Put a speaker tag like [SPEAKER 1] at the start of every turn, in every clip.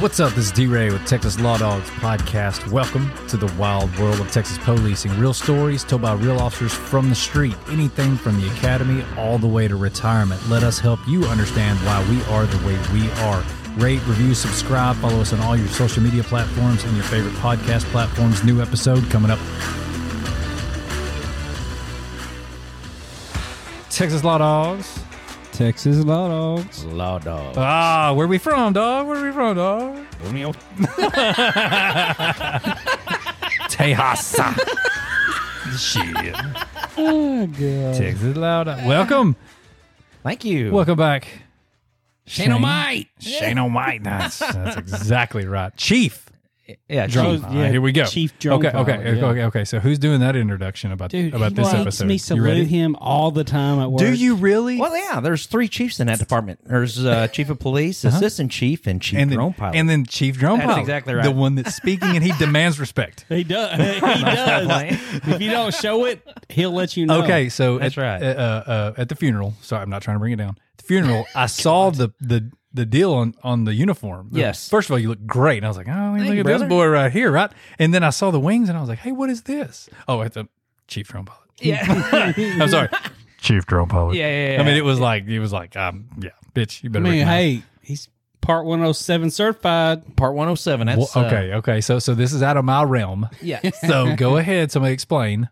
[SPEAKER 1] What's up? This is D Ray with Texas Law Dogs Podcast. Welcome to the wild world of Texas policing. Real stories told by real officers from the street, anything from the academy all the way to retirement. Let us help you understand why we are the way we are. Rate, review, subscribe, follow us on all your social media platforms and your favorite podcast platforms. New episode coming up Texas Law Dogs.
[SPEAKER 2] Texas Law Dogs.
[SPEAKER 3] Law dog.
[SPEAKER 1] Ah, where we from, dog? Where we from, dog? Tejas.
[SPEAKER 3] Shit.
[SPEAKER 2] Oh, God.
[SPEAKER 1] Texas Law Dogs. Welcome.
[SPEAKER 3] Thank you.
[SPEAKER 1] Welcome back.
[SPEAKER 3] Shane O'Mite.
[SPEAKER 1] Shane O'Mite. That's, that's exactly right. Chief.
[SPEAKER 3] Yeah,
[SPEAKER 1] Drone.
[SPEAKER 3] Chief.
[SPEAKER 1] All right, here we go.
[SPEAKER 2] Chief Drone
[SPEAKER 1] Okay, okay,
[SPEAKER 2] Pilot,
[SPEAKER 1] okay,
[SPEAKER 2] yeah.
[SPEAKER 1] okay, okay. So who's doing that introduction about
[SPEAKER 2] Dude,
[SPEAKER 1] about
[SPEAKER 2] he
[SPEAKER 1] this
[SPEAKER 2] makes
[SPEAKER 1] episode?
[SPEAKER 2] me
[SPEAKER 1] you
[SPEAKER 2] salute
[SPEAKER 1] ready?
[SPEAKER 2] him all the time at work.
[SPEAKER 1] really?
[SPEAKER 3] Well, yeah, there's three chiefs in that department. There's uh, chief of police, assistant chief, and chief
[SPEAKER 1] Uh-huh. And then,
[SPEAKER 3] drone pilot.
[SPEAKER 1] and then Chief Drone
[SPEAKER 3] That's
[SPEAKER 1] Pilot.
[SPEAKER 3] exactly right.
[SPEAKER 1] The one that's speaking and he demands respect.
[SPEAKER 2] He does. He does.
[SPEAKER 3] playing.
[SPEAKER 2] if you don't show it, he'll let you know.
[SPEAKER 1] Okay, so
[SPEAKER 3] Oh, That's
[SPEAKER 1] at,
[SPEAKER 3] right.
[SPEAKER 1] Uh, uh, at the funeral, sorry, I'm not trying to bring it down. At the funeral, I saw the the the deal on on the uniform.
[SPEAKER 3] Yes.
[SPEAKER 1] First of all, you look great, and I was like, oh, look
[SPEAKER 3] Thank you,
[SPEAKER 1] at
[SPEAKER 3] brother.
[SPEAKER 1] this boy right here, right? And then I saw the wings, and I was like, hey, what is this? Oh, at the chief drone pilot.
[SPEAKER 3] yeah.
[SPEAKER 1] I'm sorry, chief drone pilot.
[SPEAKER 3] Yeah, yeah, yeah.
[SPEAKER 1] I mean, it was like it was like, um, yeah, bitch, you
[SPEAKER 2] I
[SPEAKER 1] better.
[SPEAKER 2] mean,
[SPEAKER 1] recognize-
[SPEAKER 2] hey, he's part 107 certified.
[SPEAKER 3] Part 107.
[SPEAKER 1] Well,
[SPEAKER 3] That's Uh,
[SPEAKER 1] okay, okay. So so this is out of my realm.
[SPEAKER 3] yeah.
[SPEAKER 1] So go ahead, somebody explain.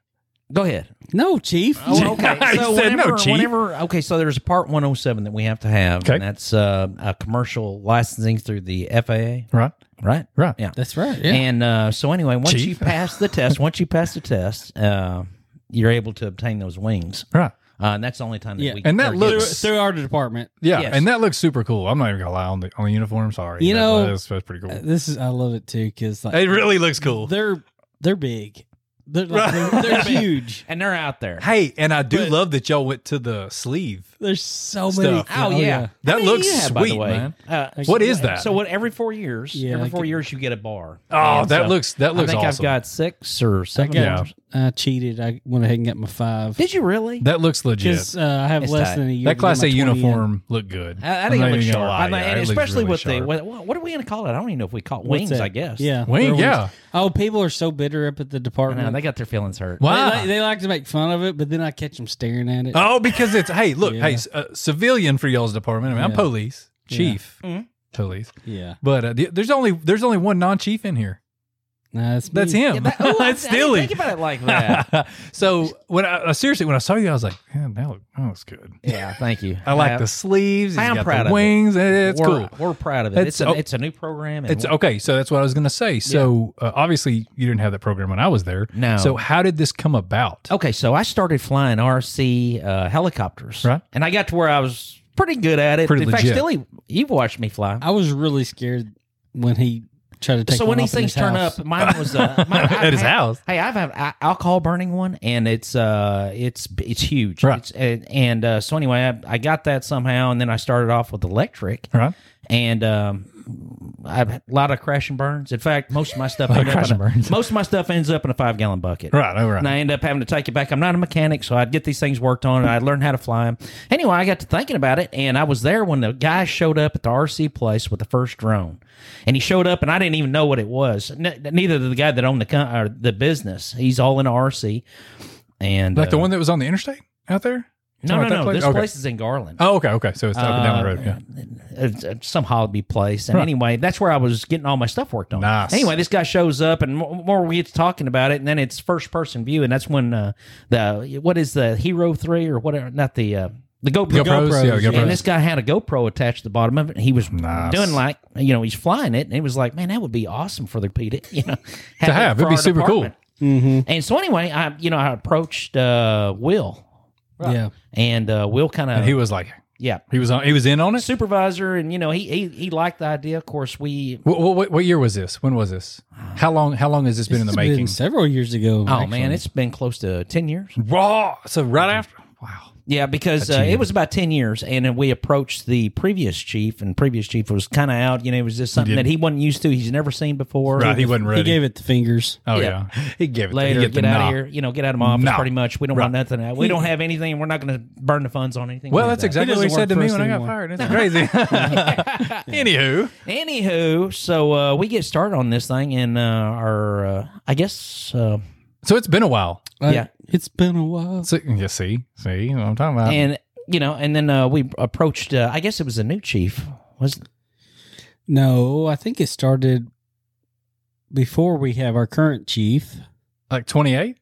[SPEAKER 3] Go ahead.
[SPEAKER 2] No, Chief.
[SPEAKER 3] Oh, okay.
[SPEAKER 1] I
[SPEAKER 3] So
[SPEAKER 1] said no,
[SPEAKER 3] whenever,
[SPEAKER 1] Chief.
[SPEAKER 3] whenever- okay, so there's a part 107 that we have to have,
[SPEAKER 1] Okay.
[SPEAKER 3] and that's uh, a commercial licensing through the FAA,
[SPEAKER 1] Right,
[SPEAKER 3] right?
[SPEAKER 1] right.
[SPEAKER 3] Yeah.
[SPEAKER 2] That's right. Yeah.
[SPEAKER 3] And uh, so anyway, once you
[SPEAKER 1] Chief.
[SPEAKER 3] pass the test, once you pass the test, uh, you're able to obtain those wings.
[SPEAKER 1] Right.
[SPEAKER 3] Uh, and that's the only time that
[SPEAKER 2] Yeah.
[SPEAKER 3] we
[SPEAKER 1] And that
[SPEAKER 3] ever get
[SPEAKER 2] through,
[SPEAKER 1] looks-
[SPEAKER 2] through our department.
[SPEAKER 1] Yeah,
[SPEAKER 3] Yes.
[SPEAKER 1] and that looks super cool. I'm not even gonna lie on the on the uniform. Sorry,
[SPEAKER 2] You
[SPEAKER 1] That-
[SPEAKER 2] know-
[SPEAKER 1] that's, that's pretty
[SPEAKER 3] uh,
[SPEAKER 1] cool.
[SPEAKER 2] This is I love it too because like
[SPEAKER 1] It really looks cool.
[SPEAKER 2] they're they're big. They're like, they're, they're huge.
[SPEAKER 3] and they're out there.
[SPEAKER 1] Hey, and I do
[SPEAKER 2] But-
[SPEAKER 1] love that y'all went to the sleeve.
[SPEAKER 2] There's so
[SPEAKER 1] Stuff.
[SPEAKER 2] many.
[SPEAKER 3] Oh, yeah.
[SPEAKER 1] That
[SPEAKER 3] many do
[SPEAKER 1] looks
[SPEAKER 3] you have,
[SPEAKER 1] sweet, man.
[SPEAKER 3] Uh,
[SPEAKER 1] What is that?
[SPEAKER 3] so what? Every four years,
[SPEAKER 2] Yeah,
[SPEAKER 3] every
[SPEAKER 2] like-
[SPEAKER 3] four years you get a bar.
[SPEAKER 1] oh,
[SPEAKER 3] And
[SPEAKER 1] that
[SPEAKER 3] so
[SPEAKER 1] looks that looks
[SPEAKER 3] I think
[SPEAKER 1] awesome.
[SPEAKER 3] I've got six or
[SPEAKER 2] I,
[SPEAKER 3] seven.
[SPEAKER 2] got,
[SPEAKER 3] bars.
[SPEAKER 2] I cheated. I went ahead and got my five.
[SPEAKER 3] Did you really?
[SPEAKER 1] that looks legit.
[SPEAKER 2] Because uh, I have
[SPEAKER 3] It's
[SPEAKER 2] less
[SPEAKER 3] tight.
[SPEAKER 2] than a year.
[SPEAKER 1] That
[SPEAKER 2] to
[SPEAKER 1] class A
[SPEAKER 2] get my 20 in.
[SPEAKER 1] uniform looked good.
[SPEAKER 3] I, I
[SPEAKER 1] I'm
[SPEAKER 3] think
[SPEAKER 1] not
[SPEAKER 3] it looks
[SPEAKER 1] even gonna
[SPEAKER 3] sharp.
[SPEAKER 1] lie,
[SPEAKER 3] I think-
[SPEAKER 1] yeah,
[SPEAKER 3] and
[SPEAKER 1] it looks
[SPEAKER 3] especially
[SPEAKER 1] really
[SPEAKER 3] with the
[SPEAKER 1] sharp.
[SPEAKER 3] what, what what are we going to call it? I don't even know if we call it
[SPEAKER 2] What's
[SPEAKER 3] wings.
[SPEAKER 2] that?
[SPEAKER 3] I guess.
[SPEAKER 2] Yeah.
[SPEAKER 1] Wing,
[SPEAKER 2] they're
[SPEAKER 1] yeah.
[SPEAKER 2] wings. Oh, people are so bitter up at the
[SPEAKER 3] I
[SPEAKER 2] department.
[SPEAKER 3] know, they got their feelings hurt.
[SPEAKER 1] What?
[SPEAKER 2] They,
[SPEAKER 1] Wow.
[SPEAKER 2] like, they like to make fun of it, but then I catch them staring at it.
[SPEAKER 1] Oh, because it's hey, look,
[SPEAKER 2] Yeah.
[SPEAKER 1] hey, c- uh, civilian for y'all's department. I mean, I'm
[SPEAKER 2] Yeah.
[SPEAKER 1] police chief,
[SPEAKER 3] Mhm.
[SPEAKER 1] police,
[SPEAKER 2] Yeah.
[SPEAKER 1] but uh, the- there's only there's only one non-chief in here.
[SPEAKER 2] Nah, that's,
[SPEAKER 1] That's
[SPEAKER 2] me.
[SPEAKER 1] him.
[SPEAKER 3] Yeah, that- ooh, I-
[SPEAKER 1] That's
[SPEAKER 3] I didn't
[SPEAKER 1] Steely.
[SPEAKER 3] Think about it like that.
[SPEAKER 1] so when I uh, seriously when I saw you, I was like, man, that, look, that looks good.
[SPEAKER 3] yeah. Thank you.
[SPEAKER 1] I like
[SPEAKER 3] Uh,
[SPEAKER 1] the sleeves.
[SPEAKER 3] I
[SPEAKER 1] he's
[SPEAKER 3] am
[SPEAKER 1] got
[SPEAKER 3] proud of
[SPEAKER 1] the
[SPEAKER 3] it.
[SPEAKER 1] wings. eh, It's
[SPEAKER 3] we're,
[SPEAKER 1] cool.
[SPEAKER 3] We're proud of it.
[SPEAKER 1] That's-
[SPEAKER 3] It's a,
[SPEAKER 1] oh.
[SPEAKER 3] it's a new program. And
[SPEAKER 1] It's okay. So that's what I was going to say. So uh, obviously, you didn't have that program when I was there.
[SPEAKER 3] No. Oh.
[SPEAKER 1] So how did this come about?
[SPEAKER 3] Okay, so I started flying RC uh, helicopters,
[SPEAKER 1] Right.
[SPEAKER 3] And I got to where I was pretty good at it.
[SPEAKER 1] Pretty
[SPEAKER 3] In fact,
[SPEAKER 1] legit.
[SPEAKER 3] still, he, you've watched me fly.
[SPEAKER 2] I was really scared when he tried to take
[SPEAKER 3] so
[SPEAKER 2] one
[SPEAKER 3] when
[SPEAKER 2] off
[SPEAKER 3] these
[SPEAKER 2] in
[SPEAKER 3] things
[SPEAKER 2] his
[SPEAKER 3] turn
[SPEAKER 2] house.
[SPEAKER 3] up, mine was uh, mine, I've
[SPEAKER 1] At his
[SPEAKER 3] had-
[SPEAKER 1] house.
[SPEAKER 3] Hey, I've had a- alcohol burning one, and it's uh, it's it's huge.
[SPEAKER 1] Right.
[SPEAKER 3] It's, and and uh, so anyway, I, I got that somehow, and then I started off with electric,
[SPEAKER 1] Right.
[SPEAKER 3] and um, I've had a lot of crash and burns. In fact, most of my stuff ended
[SPEAKER 1] crash
[SPEAKER 3] up in
[SPEAKER 1] and
[SPEAKER 3] a-
[SPEAKER 1] burns.
[SPEAKER 3] most of my stuff ends up in a five gallon bucket,
[SPEAKER 1] Right. All right.
[SPEAKER 3] and I end up having to take it back. I'm not a mechanic, so I'd get these things worked on, and I'd learn how to fly them. Anyway, I got to thinking about it, and I was there when the guy showed up at the RC place with the first drone, and he showed up, and I didn't even know what it was. Ne- neither did the guy that owned the com- or the business. He's all in RC, and
[SPEAKER 1] Like the
[SPEAKER 3] uh,
[SPEAKER 1] one that was on the interstate out there. You
[SPEAKER 3] No,
[SPEAKER 1] talking
[SPEAKER 3] no,
[SPEAKER 1] about that place?
[SPEAKER 3] no. This
[SPEAKER 1] Okay.
[SPEAKER 3] place Uh, is in Garland.
[SPEAKER 1] Oh, okay, okay. So it's up and down the road. Yeah.
[SPEAKER 3] it's, it's some holiday place. And anyway, that's where I was getting all my stuff worked on.
[SPEAKER 1] Nice.
[SPEAKER 3] Anyway, this guy shows up, and more, more we get to talking about it, and then it's first person view, and that's when uh, the what is the Hero Three or whatever? Not the uh, the GoPro.
[SPEAKER 1] GoPros, yeah,
[SPEAKER 2] GoPros,
[SPEAKER 1] GoPros.
[SPEAKER 3] And this guy had a GoPro attached to the bottom of it. And he was
[SPEAKER 1] Nice.
[SPEAKER 3] doing like you know he's flying it, and it was like, man, that would be awesome for the PD, you know,
[SPEAKER 1] To have.
[SPEAKER 3] for
[SPEAKER 1] It'd be
[SPEAKER 3] our
[SPEAKER 1] super cool.
[SPEAKER 3] department.
[SPEAKER 2] Mm-hmm.
[SPEAKER 3] And so anyway, I you know I approached uh, Will,
[SPEAKER 2] Yeah.
[SPEAKER 3] and uh, Will kind
[SPEAKER 1] And he
[SPEAKER 3] of
[SPEAKER 1] was like,
[SPEAKER 3] yeah
[SPEAKER 1] he was on, he was in on it.
[SPEAKER 3] supervisor, and you know he he, he liked the idea. Of course, we
[SPEAKER 1] What, what, what year was this? When was this? How long? How long has this been in the
[SPEAKER 2] It's been
[SPEAKER 1] making? Oh,
[SPEAKER 2] several years ago.
[SPEAKER 3] oh man, it's been close to ten years.
[SPEAKER 1] Raw. So right after. Wow.
[SPEAKER 3] Yeah, because
[SPEAKER 1] A
[SPEAKER 3] uh, it
[SPEAKER 1] chief.
[SPEAKER 3] was about 10 years, and then we approached the previous chief, and previous chief was kind of out. You know, it was just something
[SPEAKER 1] did.
[SPEAKER 3] that he wasn't used to. He's never seen before.
[SPEAKER 1] Right, he wasn't ready.
[SPEAKER 2] He gave it the fingers.
[SPEAKER 1] oh yeah.
[SPEAKER 3] Yeah.
[SPEAKER 1] he gave it
[SPEAKER 3] Later,
[SPEAKER 1] He
[SPEAKER 3] get,
[SPEAKER 1] gave it the
[SPEAKER 3] out
[SPEAKER 1] knock.
[SPEAKER 3] of here. You know, get out of my office
[SPEAKER 1] Nah.
[SPEAKER 3] pretty much. We don't want nothing. out. We don't have anything. We're not going to burn the funds on anything.
[SPEAKER 1] Well,
[SPEAKER 3] like
[SPEAKER 1] that's
[SPEAKER 3] that.
[SPEAKER 1] exactly
[SPEAKER 2] He
[SPEAKER 1] what he
[SPEAKER 2] doesn't
[SPEAKER 1] said to
[SPEAKER 2] work for
[SPEAKER 1] me
[SPEAKER 2] us
[SPEAKER 1] when I got
[SPEAKER 2] anymore.
[SPEAKER 1] fired. It's crazy. Anywho,
[SPEAKER 3] Anywho, so uh, we get started on this thing, and uh, our, uh, I guess, uh,
[SPEAKER 1] so it's been a while.
[SPEAKER 3] Yeah.
[SPEAKER 2] It's been a while.
[SPEAKER 1] So, you see, see what I'm talking about.
[SPEAKER 3] and you know, and then uh, we approached. Uh, I guess it was a new chief. Was
[SPEAKER 2] No, I think it started before we have our current chief.
[SPEAKER 1] like 28,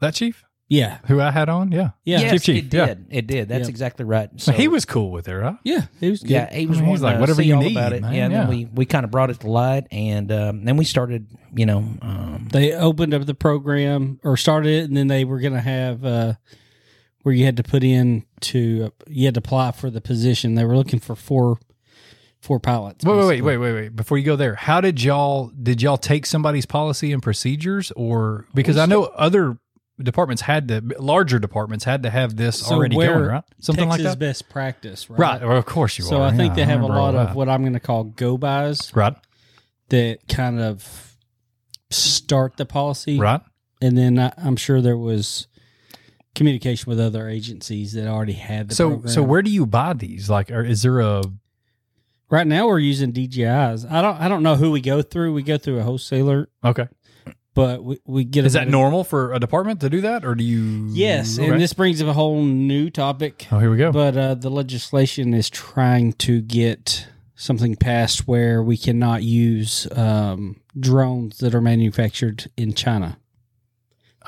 [SPEAKER 1] that chief
[SPEAKER 2] Yeah.
[SPEAKER 1] who I had on, yeah.
[SPEAKER 2] Yeah.
[SPEAKER 3] yes,
[SPEAKER 1] Chief, chief,
[SPEAKER 3] it
[SPEAKER 1] yeah.
[SPEAKER 3] did. It did. That's
[SPEAKER 2] Yeah.
[SPEAKER 3] exactly right.
[SPEAKER 1] So
[SPEAKER 3] So
[SPEAKER 1] he was cool with it, right?
[SPEAKER 2] Yeah. It was good.
[SPEAKER 3] Yeah, he was
[SPEAKER 1] I mean, he's
[SPEAKER 3] wanting
[SPEAKER 1] like,
[SPEAKER 3] to
[SPEAKER 1] whatever
[SPEAKER 3] see
[SPEAKER 1] you
[SPEAKER 3] all
[SPEAKER 1] need,
[SPEAKER 3] about it.
[SPEAKER 1] man,
[SPEAKER 3] yeah, and then
[SPEAKER 1] yeah.
[SPEAKER 3] we we kind of brought it to light, and um, then we started. You know, um,
[SPEAKER 2] They opened up the program or started it, and then they were going to have uh, where you had to put in to you had to apply for the position. They were looking for four four pilots.
[SPEAKER 1] Wait, wait, wait,
[SPEAKER 2] basically.
[SPEAKER 1] wait, wait, wait. Before you go there, how did y'all did y'all take somebody's policy and procedures, or because I know other departments had to larger departments had to have this
[SPEAKER 2] So
[SPEAKER 1] already
[SPEAKER 2] where
[SPEAKER 1] going, right? Something
[SPEAKER 2] Texas
[SPEAKER 1] like that,
[SPEAKER 2] best practice, right?
[SPEAKER 1] right? Well, of course you
[SPEAKER 2] So
[SPEAKER 1] are.
[SPEAKER 2] I think
[SPEAKER 1] Yeah,
[SPEAKER 2] they have a
[SPEAKER 1] remember all
[SPEAKER 2] lot of
[SPEAKER 1] that.
[SPEAKER 2] what I'm going to call go bys
[SPEAKER 1] right,
[SPEAKER 2] that kind of start the policy,
[SPEAKER 1] right.
[SPEAKER 2] and then I, I'm sure there was communication with other agencies that already had the
[SPEAKER 1] So
[SPEAKER 2] program.
[SPEAKER 1] so where do you buy these? Like, are, is there a
[SPEAKER 2] right now we're using DJI's. I don't I don't know who we go through. We go through a wholesaler,
[SPEAKER 1] okay?
[SPEAKER 2] but we, we get a
[SPEAKER 1] Is that
[SPEAKER 2] little-
[SPEAKER 1] normal for a department to do that, or do you?
[SPEAKER 2] Yes,
[SPEAKER 1] Okay.
[SPEAKER 2] and this brings up a whole new topic.
[SPEAKER 1] Oh, here we go.
[SPEAKER 2] But uh, the legislation is trying to get something passed where we cannot use um, drones that are manufactured in China.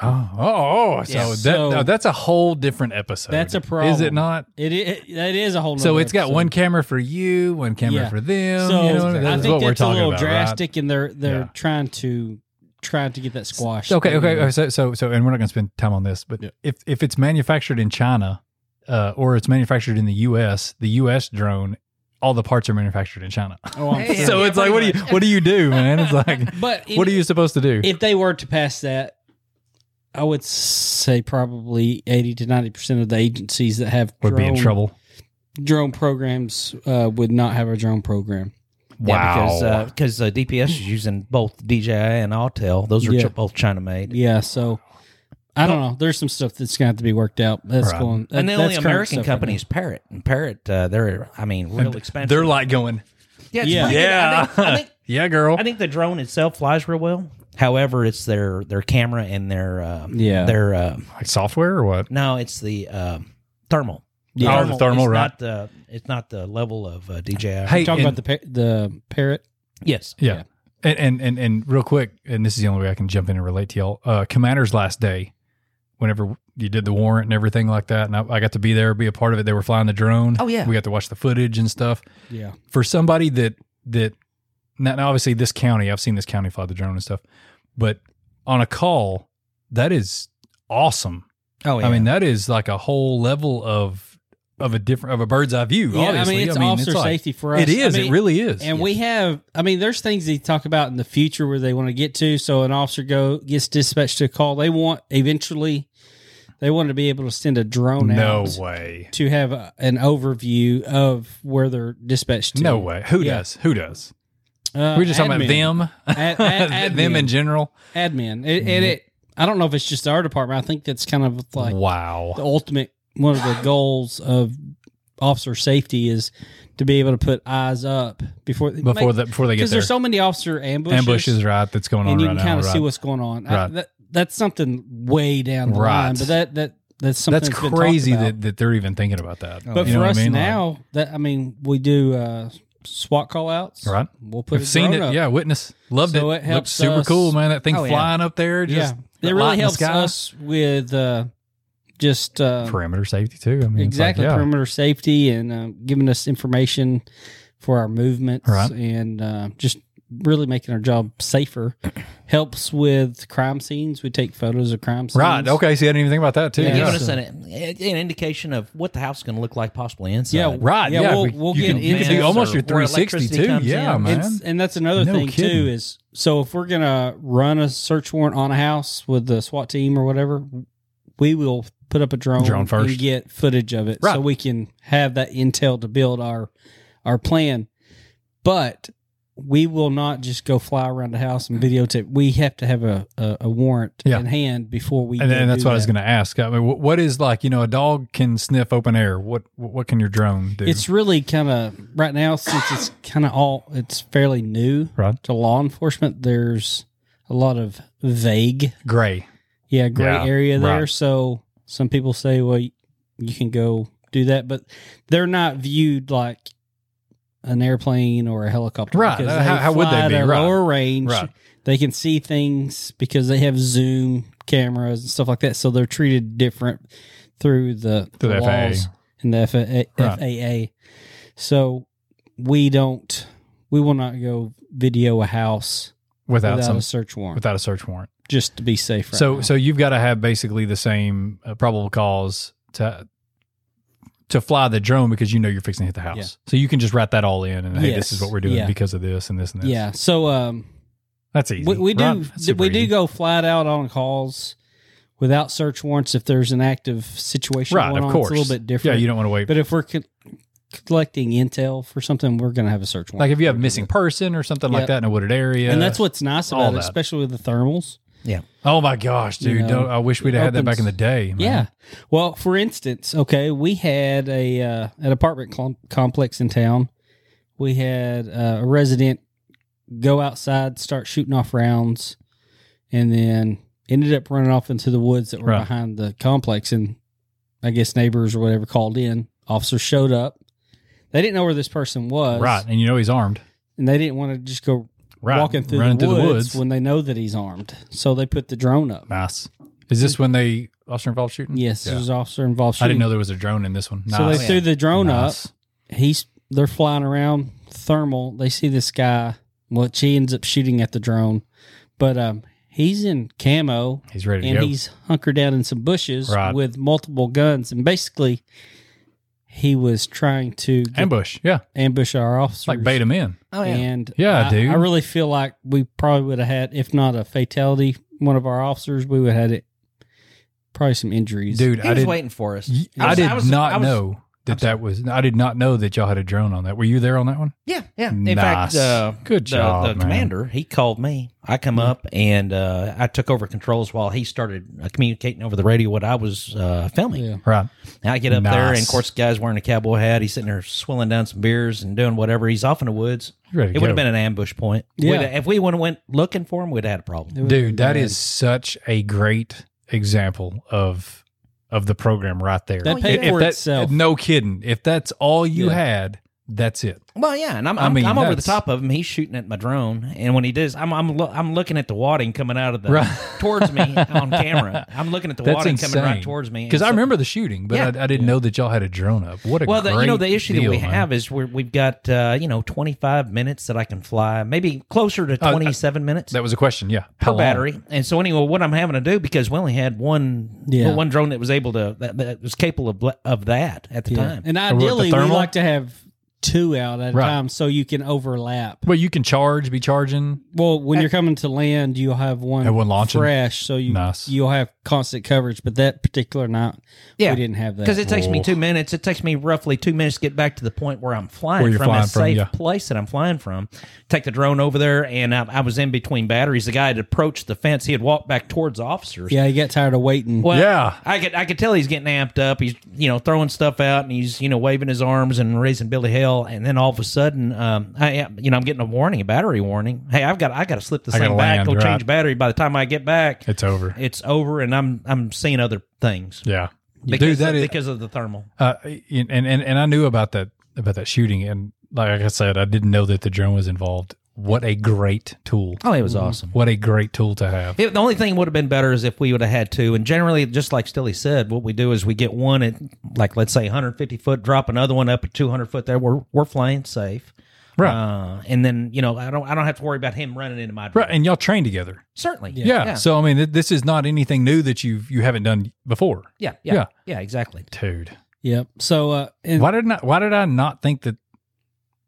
[SPEAKER 1] oh, oh, oh, so,
[SPEAKER 3] Yeah.
[SPEAKER 1] that,
[SPEAKER 2] So-
[SPEAKER 1] no, that's a whole different episode.
[SPEAKER 2] That's a
[SPEAKER 1] Is it
[SPEAKER 2] problem.
[SPEAKER 1] not?
[SPEAKER 2] It it, it is a whole.
[SPEAKER 1] So
[SPEAKER 2] nother
[SPEAKER 1] it's got
[SPEAKER 2] episode.
[SPEAKER 1] one camera for you, one camera
[SPEAKER 2] Yeah.
[SPEAKER 1] for them.
[SPEAKER 2] So
[SPEAKER 1] you know,
[SPEAKER 2] I
[SPEAKER 1] that's
[SPEAKER 2] think
[SPEAKER 1] what we're
[SPEAKER 2] that's a
[SPEAKER 1] talking
[SPEAKER 2] little
[SPEAKER 1] about. right?
[SPEAKER 2] drastic, and they're they're
[SPEAKER 1] Yeah.
[SPEAKER 2] trying to trying to get that squash.
[SPEAKER 1] Okay, okay. okay, So, so, so, and we're not going to spend time on this, but
[SPEAKER 2] Yeah.
[SPEAKER 1] if if it's manufactured in China uh, or it's manufactured in the U.S., the U.S. drone, all the parts are manufactured in China.
[SPEAKER 2] Oh, I'm
[SPEAKER 3] Yeah,
[SPEAKER 1] so
[SPEAKER 3] yeah,
[SPEAKER 1] it's like, what do you what do you do, man? It's like,
[SPEAKER 2] But
[SPEAKER 1] what are you supposed to do?
[SPEAKER 2] If they were to pass that, I would say probably eighty to ninety percent of the agencies that have
[SPEAKER 1] Would be in
[SPEAKER 2] drone-
[SPEAKER 1] trouble.
[SPEAKER 2] Drone programs uh, would not have a drone program.
[SPEAKER 3] yeah, because because uh, DPS is using both DJI and Autel. Those are
[SPEAKER 2] Yeah.
[SPEAKER 3] ch- both China made.
[SPEAKER 2] Yeah, so I don't know. There's some stuff that's going to have to be worked out. That's
[SPEAKER 1] Right.
[SPEAKER 2] going.
[SPEAKER 3] And the
[SPEAKER 2] that-
[SPEAKER 3] only
[SPEAKER 2] that's current
[SPEAKER 3] American
[SPEAKER 2] stuff right
[SPEAKER 3] company is Parrot, and Parrot, uh, they're I mean real expensive.
[SPEAKER 1] They're like going,
[SPEAKER 3] yeah, it's
[SPEAKER 2] Yeah.
[SPEAKER 3] pretty good. I think- I think
[SPEAKER 1] yeah, girl.
[SPEAKER 3] I think the drone itself flies real well. However, it's their their camera and their um,
[SPEAKER 2] Yeah.
[SPEAKER 3] their uh,
[SPEAKER 1] like software or what?
[SPEAKER 3] no, it's the um thermal.
[SPEAKER 2] Yeah.
[SPEAKER 1] Oh, the thermal,
[SPEAKER 3] it's
[SPEAKER 1] right.
[SPEAKER 3] Not the, it's not the level of uh, DJI.
[SPEAKER 1] Hey,
[SPEAKER 2] now. Talking
[SPEAKER 1] and-
[SPEAKER 2] about the par- the parrot.
[SPEAKER 3] yes,
[SPEAKER 1] Yeah.
[SPEAKER 2] Yeah.
[SPEAKER 1] And, and and and real quick, and this is the only way I can jump in and relate to y'all. Uh, Commander's last day, whenever you did the warrant and everything like that, and I, I got to be there, be a part of it. They were flying the drone.
[SPEAKER 3] Oh, yeah.
[SPEAKER 1] we got to watch the footage and stuff.
[SPEAKER 2] Yeah,
[SPEAKER 1] For somebody that that now, now obviously this county, I've seen this county fly the drone and stuff, but on a call, that is awesome.
[SPEAKER 3] Oh,
[SPEAKER 1] I mean, that is like a whole level of of a different of a bird's eye view.
[SPEAKER 2] yeah. I
[SPEAKER 1] obviously,
[SPEAKER 2] mean, it's officer
[SPEAKER 1] like-
[SPEAKER 2] safety for us.
[SPEAKER 1] It is.
[SPEAKER 2] I mean,
[SPEAKER 1] it really is.
[SPEAKER 2] And we have, I mean, there's things they talk about in the future where they want to get to. So an officer go gets dispatched to a call. They want eventually, they want to be able to send a drone
[SPEAKER 1] no
[SPEAKER 2] out
[SPEAKER 1] way.
[SPEAKER 2] to have a, an overview of where they're dispatched to.
[SPEAKER 1] No way. Who
[SPEAKER 2] Yeah.
[SPEAKER 1] does? Who does?
[SPEAKER 2] Uh,
[SPEAKER 1] We We're just talking
[SPEAKER 2] admin.
[SPEAKER 1] about them,
[SPEAKER 2] A- a-
[SPEAKER 1] them Mm-hmm. in
[SPEAKER 2] admin.
[SPEAKER 1] general.
[SPEAKER 2] Admin. It, and it, I don't know if it's just our department. I think that's kind of like the
[SPEAKER 1] wow.
[SPEAKER 2] ultimate one of the goals of officer safety is to be able to put eyes up before
[SPEAKER 1] Before that, before they get
[SPEAKER 2] because
[SPEAKER 1] there,
[SPEAKER 2] there's so many officer ambushes.
[SPEAKER 1] ambushes right that's going on
[SPEAKER 2] and you
[SPEAKER 1] right
[SPEAKER 2] can kind
[SPEAKER 1] now.
[SPEAKER 2] of
[SPEAKER 1] right.
[SPEAKER 2] see what's going on. I-
[SPEAKER 1] Right.
[SPEAKER 2] that, that's something way down the
[SPEAKER 1] Right.
[SPEAKER 2] line, but that that that's something
[SPEAKER 1] that's
[SPEAKER 2] that's been
[SPEAKER 1] crazy
[SPEAKER 2] talked about.
[SPEAKER 1] that, that they're even thinking about that.
[SPEAKER 2] But
[SPEAKER 1] You know
[SPEAKER 2] for
[SPEAKER 1] what I
[SPEAKER 2] us
[SPEAKER 1] mean? Like,
[SPEAKER 2] now, that I mean, we do uh, SWAT call outs.
[SPEAKER 1] Right.
[SPEAKER 2] we'll put
[SPEAKER 1] we've
[SPEAKER 2] a
[SPEAKER 1] seen it.
[SPEAKER 2] drone up.
[SPEAKER 1] Yeah, witness loved
[SPEAKER 2] So
[SPEAKER 1] it.
[SPEAKER 2] it
[SPEAKER 1] Looked
[SPEAKER 2] helps
[SPEAKER 1] super
[SPEAKER 2] us-
[SPEAKER 1] cool, man. That thing
[SPEAKER 3] Oh, yeah.
[SPEAKER 1] flying up there, just
[SPEAKER 2] yeah.
[SPEAKER 1] the light
[SPEAKER 2] It
[SPEAKER 1] in
[SPEAKER 2] really
[SPEAKER 1] the
[SPEAKER 2] helps
[SPEAKER 1] sky.
[SPEAKER 2] us with uh, just uh,
[SPEAKER 1] perimeter safety too. I mean, it's like,
[SPEAKER 2] exactly
[SPEAKER 1] yeah.
[SPEAKER 2] perimeter safety and uh, giving us information for our movements
[SPEAKER 1] Right.
[SPEAKER 2] and uh, just really making our job safer. Helps with crime scenes. We take photos of crime scenes.
[SPEAKER 1] Right. Oh, Okay. See, I didn't even think about that too.
[SPEAKER 2] Yeah.
[SPEAKER 3] giving
[SPEAKER 2] Yeah.
[SPEAKER 3] us an, an indication of what the house is going to look like possibly inside.
[SPEAKER 2] Yeah,
[SPEAKER 1] Right.
[SPEAKER 2] Yeah,
[SPEAKER 1] Yeah.
[SPEAKER 2] we'll-
[SPEAKER 1] we-
[SPEAKER 2] we'll
[SPEAKER 1] you
[SPEAKER 2] get
[SPEAKER 1] can, you can
[SPEAKER 2] into
[SPEAKER 1] do
[SPEAKER 2] this
[SPEAKER 1] almost
[SPEAKER 3] or
[SPEAKER 1] your
[SPEAKER 3] where
[SPEAKER 1] 360
[SPEAKER 3] electricity
[SPEAKER 1] too.
[SPEAKER 3] comes
[SPEAKER 1] Yeah,
[SPEAKER 3] in.
[SPEAKER 1] man.
[SPEAKER 2] It's, and that's another
[SPEAKER 1] No
[SPEAKER 2] thing
[SPEAKER 1] kidding.
[SPEAKER 2] too is so if we're gonna run a search warrant on a house with the SWAT team or whatever, we will put up a drone,
[SPEAKER 1] Drone first.
[SPEAKER 2] and get footage of it
[SPEAKER 3] Right.
[SPEAKER 2] so we can have that intel to build our our plan. But we will not just go fly around the house and videotape. We have to have a, a, a warrant
[SPEAKER 1] Yeah.
[SPEAKER 2] in hand before we.
[SPEAKER 1] And,
[SPEAKER 2] go
[SPEAKER 1] and that's
[SPEAKER 2] do
[SPEAKER 1] what I was
[SPEAKER 2] that.
[SPEAKER 1] going to ask. I mean, wh- what is like you know a dog can sniff open air. What what can your drone do?
[SPEAKER 2] It's really kind of right now since it's kind of all it's fairly new
[SPEAKER 1] right
[SPEAKER 2] to law enforcement. There's a lot of vague
[SPEAKER 1] gray.
[SPEAKER 2] Yeah, gray
[SPEAKER 1] Yeah,
[SPEAKER 2] area there.
[SPEAKER 1] right.
[SPEAKER 2] So some people say, well, y- you can go do that, but they're not viewed like an airplane or a helicopter.
[SPEAKER 1] Right. Uh,
[SPEAKER 2] because
[SPEAKER 1] How- how would they
[SPEAKER 2] fly at
[SPEAKER 1] be?
[SPEAKER 2] a
[SPEAKER 1] Right.
[SPEAKER 2] Lower range.
[SPEAKER 1] Right.
[SPEAKER 2] They can see things because they have zoom cameras and stuff like that. So they're treated different through the,
[SPEAKER 1] Through the FAA.
[SPEAKER 2] laws and the FAA. FAA. So we don't, we will not go video a house
[SPEAKER 1] Without,
[SPEAKER 2] without,
[SPEAKER 1] some
[SPEAKER 2] a search warrant,
[SPEAKER 1] without a search warrant.
[SPEAKER 2] just to be safe. Right
[SPEAKER 1] so
[SPEAKER 2] now.
[SPEAKER 1] so you've got to have basically the same uh, probable cause to to fly the drone because you know you're fixing to hit the house.
[SPEAKER 2] Yeah.
[SPEAKER 1] So you can just write that all in and hey, this
[SPEAKER 2] Yes.
[SPEAKER 1] is what we're doing
[SPEAKER 2] Yeah.
[SPEAKER 1] because of this and this and this.
[SPEAKER 2] yeah. So, um,
[SPEAKER 1] that's easy.
[SPEAKER 2] We, we do
[SPEAKER 1] right? That's super
[SPEAKER 2] we do
[SPEAKER 1] easy.
[SPEAKER 2] go flat out on calls without search warrants if there's an active situation
[SPEAKER 1] right,
[SPEAKER 2] going
[SPEAKER 1] of
[SPEAKER 2] on.
[SPEAKER 1] course.
[SPEAKER 2] It's a little bit different.
[SPEAKER 1] Yeah, you don't want to wait.
[SPEAKER 2] but if we're co- collecting intel for something, we're going to have a search warrant.
[SPEAKER 1] like if you have a missing person or something like
[SPEAKER 2] Yep.
[SPEAKER 1] that in a wooded area,
[SPEAKER 2] and that's what's nice
[SPEAKER 1] all
[SPEAKER 2] about it,
[SPEAKER 1] that.
[SPEAKER 2] especially with the thermals.
[SPEAKER 1] Oh my gosh,
[SPEAKER 2] You
[SPEAKER 1] dude!
[SPEAKER 2] know,
[SPEAKER 1] don't, I wish we'd have had that back in the
[SPEAKER 2] opens-
[SPEAKER 1] day. man.
[SPEAKER 2] Yeah. Well, for instance, okay, we had a uh, an apartment clom complex in town. We had uh, a resident go outside, start shooting off rounds, and then ended up running off into the woods that were
[SPEAKER 1] Right.
[SPEAKER 2] behind the complex. And I guess neighbors or whatever called in. Officers showed up. They didn't know where this person was,
[SPEAKER 1] right. And you know he's armed.
[SPEAKER 2] And they didn't want to just go
[SPEAKER 1] Right,
[SPEAKER 2] walking through,
[SPEAKER 1] running
[SPEAKER 2] the,
[SPEAKER 1] through
[SPEAKER 2] woods
[SPEAKER 1] the woods.
[SPEAKER 2] when they know that he's armed. So they put the drone up.
[SPEAKER 1] nice. Is this when they officer involved shooting?
[SPEAKER 2] Yes,
[SPEAKER 1] Yeah.
[SPEAKER 2] there's an officer involved.
[SPEAKER 1] I didn't
[SPEAKER 2] shooting.
[SPEAKER 1] know there was a drone in this one. Nice.
[SPEAKER 2] So they threw the drone
[SPEAKER 1] Nice.
[SPEAKER 2] up. He's they're flying around thermal. They see this guy. Well, she ends up shooting at the drone, but um, he's in camo
[SPEAKER 1] He's ready to
[SPEAKER 2] and
[SPEAKER 1] go.
[SPEAKER 2] he's hunkered down in some bushes
[SPEAKER 1] Right.
[SPEAKER 2] with multiple guns, and basically he was trying to get-
[SPEAKER 1] Ambush. Yeah.
[SPEAKER 2] ambush our officers.
[SPEAKER 1] Like bait him in.
[SPEAKER 3] Oh yeah.
[SPEAKER 2] And
[SPEAKER 1] Yeah,
[SPEAKER 2] I,
[SPEAKER 1] dude.
[SPEAKER 2] I really feel like we probably would have had, if not a fatality, one of our officers, we would have had it. Probably some injuries,
[SPEAKER 1] Dude,
[SPEAKER 3] He
[SPEAKER 1] I
[SPEAKER 3] was
[SPEAKER 1] didn't.
[SPEAKER 3] waiting for us.
[SPEAKER 1] y-
[SPEAKER 3] I
[SPEAKER 1] I
[SPEAKER 3] was-
[SPEAKER 1] did
[SPEAKER 3] I was-
[SPEAKER 1] not
[SPEAKER 3] I was-
[SPEAKER 1] know that that was. I did not know that y'all had a drone on that. Were you there on that one?
[SPEAKER 3] Yeah, yeah. In
[SPEAKER 1] Nice.
[SPEAKER 3] fact, uh,
[SPEAKER 1] Good
[SPEAKER 3] the,
[SPEAKER 1] job,
[SPEAKER 3] the
[SPEAKER 1] man. Mm.
[SPEAKER 3] commander he called me. I come up and uh, I took over controls while he started uh, communicating over the radio what I was uh, filming.
[SPEAKER 2] yeah.
[SPEAKER 1] Right.
[SPEAKER 3] And I get up there, and
[SPEAKER 1] Nice.
[SPEAKER 3] of course, the guy's wearing a cowboy hat. He's sitting there swilling down some beers and doing whatever. He's off in the woods.
[SPEAKER 1] You're ready
[SPEAKER 3] It
[SPEAKER 1] to
[SPEAKER 3] would
[SPEAKER 1] go.
[SPEAKER 3] have been an ambush point.
[SPEAKER 2] Yeah.
[SPEAKER 3] We'd- If we would have went looking for him, we'd have had a problem.
[SPEAKER 1] Dude, that is such a great example of of the program right there.
[SPEAKER 2] That
[SPEAKER 3] Oh,
[SPEAKER 2] paid
[SPEAKER 3] yeah.
[SPEAKER 2] for
[SPEAKER 1] that,
[SPEAKER 2] itself.
[SPEAKER 1] No kidding. If that's all you
[SPEAKER 2] Yeah.
[SPEAKER 1] had, that's it.
[SPEAKER 3] Well, yeah, and I'm
[SPEAKER 1] I
[SPEAKER 3] I'm,
[SPEAKER 1] mean,
[SPEAKER 3] I'm over the
[SPEAKER 1] that's-
[SPEAKER 3] top of him. He's shooting at my drone, and when he does, I'm I'm lo- I'm looking at the wadding coming out of the
[SPEAKER 1] Right.
[SPEAKER 3] towards me on camera. I'm looking at the
[SPEAKER 1] That's
[SPEAKER 3] wadding
[SPEAKER 1] insane.
[SPEAKER 3] coming right towards me and
[SPEAKER 1] Because I
[SPEAKER 3] so-
[SPEAKER 1] remember the shooting, but
[SPEAKER 3] Yeah.
[SPEAKER 1] I, I didn't know that y'all had a drone up. What a
[SPEAKER 3] Well, the,
[SPEAKER 1] great
[SPEAKER 3] you know, the issue that
[SPEAKER 1] deal,
[SPEAKER 3] we
[SPEAKER 1] man.
[SPEAKER 3] have is we're, we've got uh, you know 25 minutes that I can fly, maybe closer to
[SPEAKER 1] Oh, I-
[SPEAKER 3] 27 minutes
[SPEAKER 1] That was a question. Yeah. How
[SPEAKER 3] per
[SPEAKER 1] long?
[SPEAKER 3] battery. And so anyway, what I'm having to do because we only had one
[SPEAKER 2] Yeah.
[SPEAKER 3] well, one drone that was able to that, that was capable of of that at the
[SPEAKER 2] Yeah.
[SPEAKER 3] time.
[SPEAKER 2] And
[SPEAKER 1] with the
[SPEAKER 2] ideally, we
[SPEAKER 1] thermal?
[SPEAKER 2] like to have two out at
[SPEAKER 1] Right.
[SPEAKER 2] a time so you can overlap.
[SPEAKER 1] Well, you can charge, be charging.
[SPEAKER 2] Well, when you're coming to land, you'll have one,
[SPEAKER 1] Have one launching?
[SPEAKER 2] fresh, so you
[SPEAKER 1] Nice.
[SPEAKER 2] you'll have constant coverage. But that particular night,
[SPEAKER 3] Yeah.
[SPEAKER 2] we didn't have that.
[SPEAKER 3] because it takes me
[SPEAKER 1] Oh.
[SPEAKER 3] two minutes. It takes me roughly two minutes to get back to the point where I'm flying
[SPEAKER 1] Where you're
[SPEAKER 3] from,
[SPEAKER 1] flying
[SPEAKER 3] a
[SPEAKER 1] from,
[SPEAKER 3] safe
[SPEAKER 1] yeah.
[SPEAKER 3] place that I'm flying from. Take the drone over there, and I, I was in between batteries. The guy had approached the fence. He had walked back towards the officers.
[SPEAKER 2] yeah, he got tired of waiting.
[SPEAKER 3] Well,
[SPEAKER 1] Yeah.
[SPEAKER 3] I could I could tell he's getting amped up. He's you know throwing stuff out and he's you know waving his arms and raising Billy Hill. And then all of a sudden, um, I you know I'm getting a warning, a battery warning. Hey, I've got I got to slip this
[SPEAKER 1] I gotta
[SPEAKER 3] thing back,
[SPEAKER 1] land,
[SPEAKER 3] go
[SPEAKER 1] right.
[SPEAKER 3] change battery. By the time I get back,
[SPEAKER 1] It's over.
[SPEAKER 3] it's over, and I'm I'm seeing other things
[SPEAKER 1] Yeah. Dude,
[SPEAKER 3] because
[SPEAKER 1] that
[SPEAKER 3] of,
[SPEAKER 1] is.
[SPEAKER 3] because of the thermal.
[SPEAKER 1] uh, and, and and I knew about that about that shooting, and like I said, I didn't know that the drone was involved. What a great tool!
[SPEAKER 3] Oh, it was awesome.
[SPEAKER 1] What a great tool to have.
[SPEAKER 3] It, the only thing would have been better is if we would have had two. And generally, just like Stilly said, what we do is we get one at, like, let's say 150 foot, drop another one up at 200 foot there. We're, we're flying safe.
[SPEAKER 1] Right.
[SPEAKER 3] Uh, and then, you know, I don't I don't have to worry about him running into my drone.
[SPEAKER 1] Right, and y'all train together.
[SPEAKER 3] Certainly.
[SPEAKER 1] Yeah. So I mean, th- this is not anything new that you you haven't done before,
[SPEAKER 3] yeah, yeah,
[SPEAKER 1] Yeah.
[SPEAKER 3] yeah. exactly.
[SPEAKER 1] dude.
[SPEAKER 2] yep. So, uh, and
[SPEAKER 1] Why did I Why did I not think that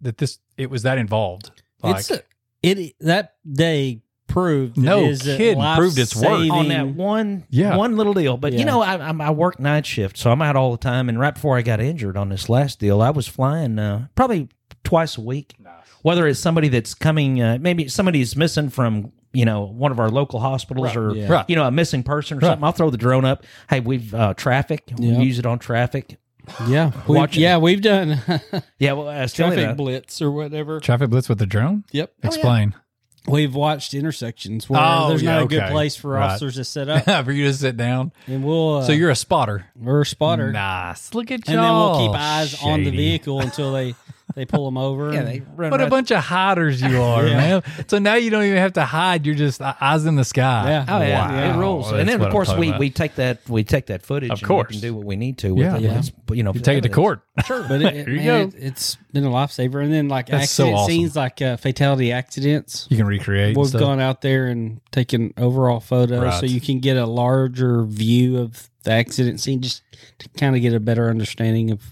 [SPEAKER 1] that this it was that involved? Like,
[SPEAKER 2] it's a, it that day proved that
[SPEAKER 4] No
[SPEAKER 2] it is a
[SPEAKER 4] kidding. Proved its worth.
[SPEAKER 2] life-saving-
[SPEAKER 3] on that one
[SPEAKER 4] Yeah.
[SPEAKER 3] one little deal. But
[SPEAKER 2] Yeah.
[SPEAKER 3] you know, I, I I work night shift, so I'm out all the time. And right before I got injured on this last deal, I was flying uh, probably twice a week. Whether it's somebody that's coming, uh, maybe somebody's missing from you know one of our local hospitals or
[SPEAKER 2] yeah.
[SPEAKER 4] Right.
[SPEAKER 3] you know a missing person or something, I'll throw the drone up. Hey, we've uh, traffic.
[SPEAKER 2] Yeah.
[SPEAKER 3] We use it on traffic.
[SPEAKER 2] Yeah, we,
[SPEAKER 3] Watching-
[SPEAKER 2] yeah, we've done
[SPEAKER 3] Yeah, well, I was telling you that.
[SPEAKER 2] traffic blitz or whatever.
[SPEAKER 1] Traffic blitz with the drone?
[SPEAKER 2] Yep,
[SPEAKER 1] Explain.
[SPEAKER 2] we've watched intersections where
[SPEAKER 1] Oh,
[SPEAKER 2] there's
[SPEAKER 1] yeah,
[SPEAKER 2] not a good
[SPEAKER 1] okay.
[SPEAKER 2] place for
[SPEAKER 1] Right.
[SPEAKER 2] officers to set up,
[SPEAKER 1] For you to sit down.
[SPEAKER 2] and we'll uh,
[SPEAKER 1] so you're a spotter.
[SPEAKER 2] we're a spotter,
[SPEAKER 1] Nice. Look at you.
[SPEAKER 2] and then we'll
[SPEAKER 1] Oh,
[SPEAKER 2] keep eyes on the vehicle until they they pull them over.
[SPEAKER 3] Yeah,
[SPEAKER 2] and-
[SPEAKER 3] they run
[SPEAKER 1] What a
[SPEAKER 3] right-
[SPEAKER 1] bunch of hiders you are,
[SPEAKER 2] Yeah.
[SPEAKER 1] man. So now you don't even have to hide. You're just uh, eyes in the sky.
[SPEAKER 2] Yeah.
[SPEAKER 3] Oh yeah,
[SPEAKER 1] Wow.
[SPEAKER 3] it rules.
[SPEAKER 1] That's
[SPEAKER 3] And then
[SPEAKER 1] what
[SPEAKER 3] of
[SPEAKER 1] I'm
[SPEAKER 3] course
[SPEAKER 1] talking
[SPEAKER 3] we,
[SPEAKER 1] about.
[SPEAKER 3] we take that we take that footage.
[SPEAKER 4] Of
[SPEAKER 3] and we
[SPEAKER 4] course.
[SPEAKER 3] can do what we need to. With
[SPEAKER 1] Yeah.
[SPEAKER 3] it.
[SPEAKER 2] Yeah.
[SPEAKER 3] It's, you know,
[SPEAKER 1] You take it to
[SPEAKER 3] evidence.
[SPEAKER 1] court.
[SPEAKER 3] Sure,
[SPEAKER 2] But it, it-
[SPEAKER 1] There you
[SPEAKER 2] man,
[SPEAKER 1] go.
[SPEAKER 2] it, it's been a lifesaver. And then like
[SPEAKER 1] That's so
[SPEAKER 2] accident
[SPEAKER 1] awesome.
[SPEAKER 2] scenes, like uh, fatality accidents,
[SPEAKER 1] You can recreate.
[SPEAKER 2] we've
[SPEAKER 1] and stuff.
[SPEAKER 2] gone out there and taken overall photos, so
[SPEAKER 1] Right.
[SPEAKER 2] you can get a larger view of the accident scene, just to kind of get a better understanding of.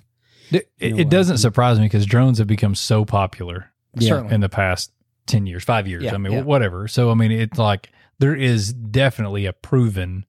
[SPEAKER 1] It,
[SPEAKER 2] you know,
[SPEAKER 1] it
[SPEAKER 2] uh,
[SPEAKER 1] doesn't surprise me because drones have become so popular
[SPEAKER 2] Yeah.
[SPEAKER 3] Certainly.
[SPEAKER 1] in the past 10 years, five years.
[SPEAKER 3] Yeah,
[SPEAKER 1] I mean,
[SPEAKER 3] yeah.
[SPEAKER 1] whatever. So, I mean, it's like there is definitely a proven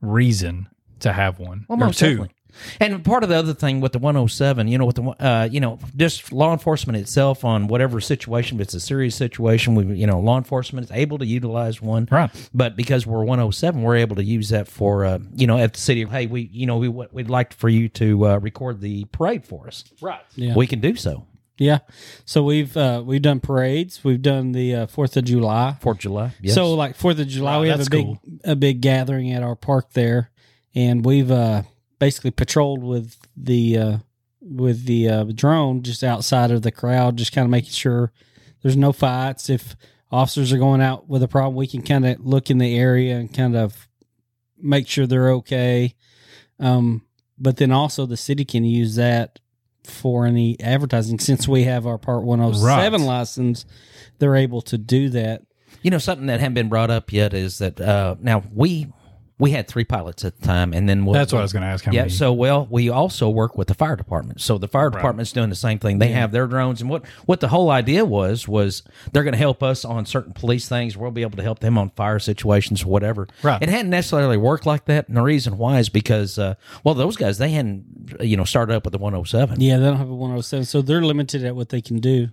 [SPEAKER 1] reason to have one
[SPEAKER 3] Well,
[SPEAKER 1] or
[SPEAKER 3] most
[SPEAKER 1] two.
[SPEAKER 3] definitely. And part of the other thing with the 107, you know, with the one- uh, you know, just law enforcement itself on whatever situation, if it's a serious situation, we you know, law enforcement is able to utilize one.
[SPEAKER 1] Right.
[SPEAKER 3] But because we're 107, we're able to use that for uh, you know, at the city, hey, we you know, we we'd like for you to uh, record the parade for us. Right.
[SPEAKER 2] Yeah.
[SPEAKER 3] We can do so.
[SPEAKER 2] Yeah, so we've uh, we've done parades, we've done the uh, Fourth of July.
[SPEAKER 3] Fourth of July. Yes.
[SPEAKER 2] So like Fourth of July,
[SPEAKER 1] Wow,
[SPEAKER 2] we have
[SPEAKER 1] that's
[SPEAKER 2] a big
[SPEAKER 1] cool.
[SPEAKER 2] a big gathering at our park there, and we've uh, basically patrolled with the uh, with the uh, drone just outside of the crowd, just kind of making sure there's no fights. If officers are going out with a problem, we can kind of look in the area and kind of make sure they're okay. Um, but then also the city can use that for any advertising since we have our part 107
[SPEAKER 1] Right.
[SPEAKER 2] license they're able to do that
[SPEAKER 3] You know, something that hadn't been brought up yet is that uh, now we we had three pilots at the time, and then we'll,
[SPEAKER 1] That's what I was going to ask. How
[SPEAKER 3] Yeah.
[SPEAKER 1] many?
[SPEAKER 3] So well, we also work with the fire department. So the fire department's doing the same thing. They have their drones, and what what the whole idea was was they're going to help us on certain police things. We'll be able to help them on fire situations, whatever.
[SPEAKER 1] Right.
[SPEAKER 3] It hadn't necessarily worked like that, and the reason why is because uh, well, those guys they hadn't you know started up with the 107.
[SPEAKER 2] Yeah, they don't have a 107, so they're limited at what they can do.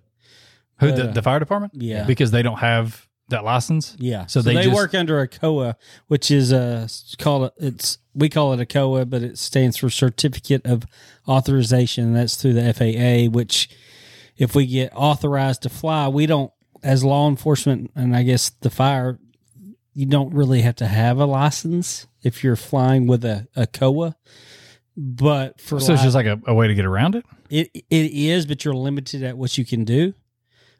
[SPEAKER 1] Who, the, the fire department?
[SPEAKER 2] yeah.
[SPEAKER 1] Because they don't have that license?
[SPEAKER 2] Yeah,
[SPEAKER 1] So they just-
[SPEAKER 2] work under a COA, which is uh, a call it. It's we call it a COA, but it stands for Certificate of Authorization. and That's through the FAA. Which, if we get authorized to fly, we don't as law enforcement, and I guess the fire, you don't really have to have a license if you're flying with a, a COA. But for
[SPEAKER 1] So it's
[SPEAKER 2] li-
[SPEAKER 1] just like a, a way to get around it?
[SPEAKER 2] it it is, but you're limited at what you can do.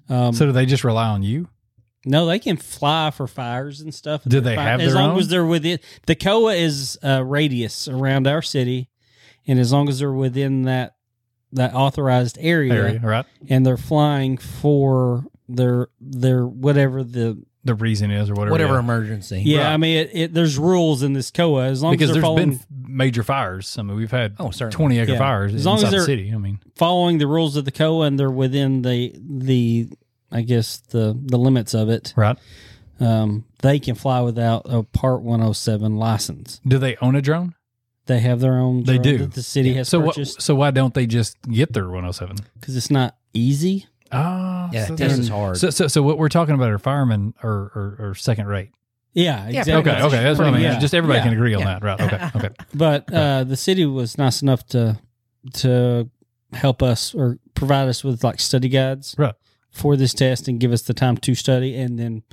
[SPEAKER 2] Um,
[SPEAKER 1] So do they just rely on you?
[SPEAKER 2] No, they can fly for fires and stuff.
[SPEAKER 1] Do they have
[SPEAKER 2] as
[SPEAKER 1] their
[SPEAKER 2] long
[SPEAKER 1] own?
[SPEAKER 2] as they're within the COA is a radius around our city, and as long as they're within that that authorized area,
[SPEAKER 1] Area, right?
[SPEAKER 2] and they're flying for their their whatever the
[SPEAKER 1] The reason is or whatever.
[SPEAKER 3] Whatever
[SPEAKER 1] yeah.
[SPEAKER 3] emergency.
[SPEAKER 2] yeah.
[SPEAKER 1] Right.
[SPEAKER 2] I mean, it, it, there's rules in this COA as long
[SPEAKER 1] Because there's
[SPEAKER 2] as they're following
[SPEAKER 1] been f- major fires. I mean, we've had
[SPEAKER 3] Oh, certainly.
[SPEAKER 1] 20 acre
[SPEAKER 2] Yeah.
[SPEAKER 1] fires
[SPEAKER 2] As long as
[SPEAKER 1] inside the
[SPEAKER 2] they're-
[SPEAKER 1] city. I mean,
[SPEAKER 2] following the rules of the COA and they're within the the I guess the the limits of it.
[SPEAKER 1] right?
[SPEAKER 2] um, they can fly without a Part 107 license.
[SPEAKER 1] Do they own a drone?
[SPEAKER 2] They have their own.
[SPEAKER 1] They
[SPEAKER 2] drone
[SPEAKER 1] do.
[SPEAKER 2] That the city has
[SPEAKER 1] So what,
[SPEAKER 2] purchased
[SPEAKER 1] so why don't they just get their 107?
[SPEAKER 2] because it's not easy.
[SPEAKER 1] Oh,
[SPEAKER 2] Ah,
[SPEAKER 3] Yeah,
[SPEAKER 1] so
[SPEAKER 3] this
[SPEAKER 1] they're-
[SPEAKER 3] is hard.
[SPEAKER 1] So, so, so what we're talking about are firemen or, or, or second rate.
[SPEAKER 2] Yeah,
[SPEAKER 3] Yeah,
[SPEAKER 2] exactly.
[SPEAKER 1] Okay, okay, that's what I mean.
[SPEAKER 2] Yeah.
[SPEAKER 1] Just everybody
[SPEAKER 3] Yeah.
[SPEAKER 1] can agree on
[SPEAKER 3] Yeah.
[SPEAKER 1] that, right? Okay, okay.
[SPEAKER 2] But uh, the city was nice enough to to help us or provide us with like study guides
[SPEAKER 1] Right.
[SPEAKER 2] for this test and give us the time to study and then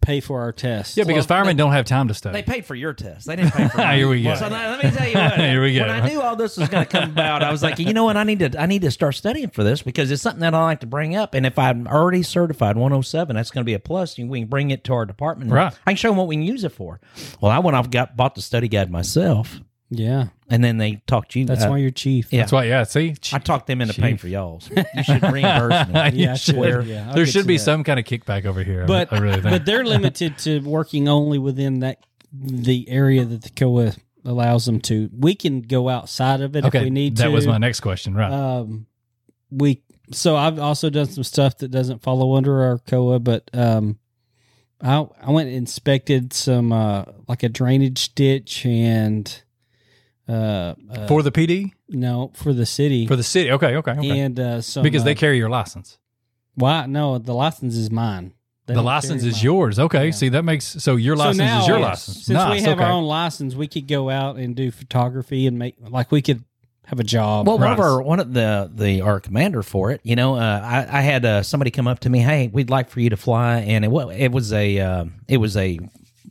[SPEAKER 2] pay for our test.
[SPEAKER 1] Yeah, because
[SPEAKER 3] Well,
[SPEAKER 1] firemen don't have time to
[SPEAKER 3] They
[SPEAKER 1] study.
[SPEAKER 3] paid for your test. They didn't pay for mine.
[SPEAKER 1] Here we go.
[SPEAKER 3] So now, let me tell you what.
[SPEAKER 1] Here we go.
[SPEAKER 3] When I knew all this was going to come about, I was like, you know what? I need to I need to start studying for this because it's something that I like to bring up. And if I'm already certified 107, that's going to be a plus. And we can bring it to our department.
[SPEAKER 1] Right.
[SPEAKER 3] I can show them what we can use it for. Well, I went off and got bought the study guide myself,
[SPEAKER 2] yeah.
[SPEAKER 3] and then they talked you.
[SPEAKER 2] That's
[SPEAKER 3] uh,
[SPEAKER 2] why you're chief.
[SPEAKER 3] Yeah.
[SPEAKER 1] That's why, yeah, see?
[SPEAKER 3] I talked them into paying for y'all's. You should reimburse me.
[SPEAKER 2] Yeah, I
[SPEAKER 1] You
[SPEAKER 2] should.
[SPEAKER 1] swear.
[SPEAKER 2] Yeah, I
[SPEAKER 1] there
[SPEAKER 2] could
[SPEAKER 1] should
[SPEAKER 2] see
[SPEAKER 1] be
[SPEAKER 2] that.
[SPEAKER 1] some kind of kickback over here. I-
[SPEAKER 2] But
[SPEAKER 1] I really think.
[SPEAKER 2] but they're limited to working only within that the area that the COA allows them to. We can go outside of it
[SPEAKER 1] okay,
[SPEAKER 2] if we need
[SPEAKER 1] that
[SPEAKER 2] to.
[SPEAKER 1] was my next question, right?
[SPEAKER 2] um we so I've also done some stuff that doesn't follow under our COA, but um I I went and inspected some uh like a drainage ditch and uh, uh
[SPEAKER 1] for the PD
[SPEAKER 2] no for the city
[SPEAKER 1] for the city. Okay, okay, okay.
[SPEAKER 2] and uh some
[SPEAKER 1] because
[SPEAKER 2] uh,
[SPEAKER 1] they carry your license.
[SPEAKER 2] why no the license is mine They
[SPEAKER 1] the
[SPEAKER 2] don't
[SPEAKER 1] license
[SPEAKER 2] carry
[SPEAKER 1] is
[SPEAKER 2] mine.
[SPEAKER 1] yours. Okay,
[SPEAKER 2] Yeah.
[SPEAKER 1] see that makes so your
[SPEAKER 2] So
[SPEAKER 1] license
[SPEAKER 2] now,
[SPEAKER 1] is your
[SPEAKER 2] yes,
[SPEAKER 1] license.
[SPEAKER 2] Since
[SPEAKER 1] nice,
[SPEAKER 2] we have
[SPEAKER 1] okay.
[SPEAKER 2] our own license, we could go out and do photography and make like we could have a job.
[SPEAKER 3] Well, one of
[SPEAKER 1] Right.
[SPEAKER 3] our one of the the our commander for it, you know, uh, I, I had uh, somebody come up to me, hey, we'd like for you to fly, and it, wa- it was a uh, it was a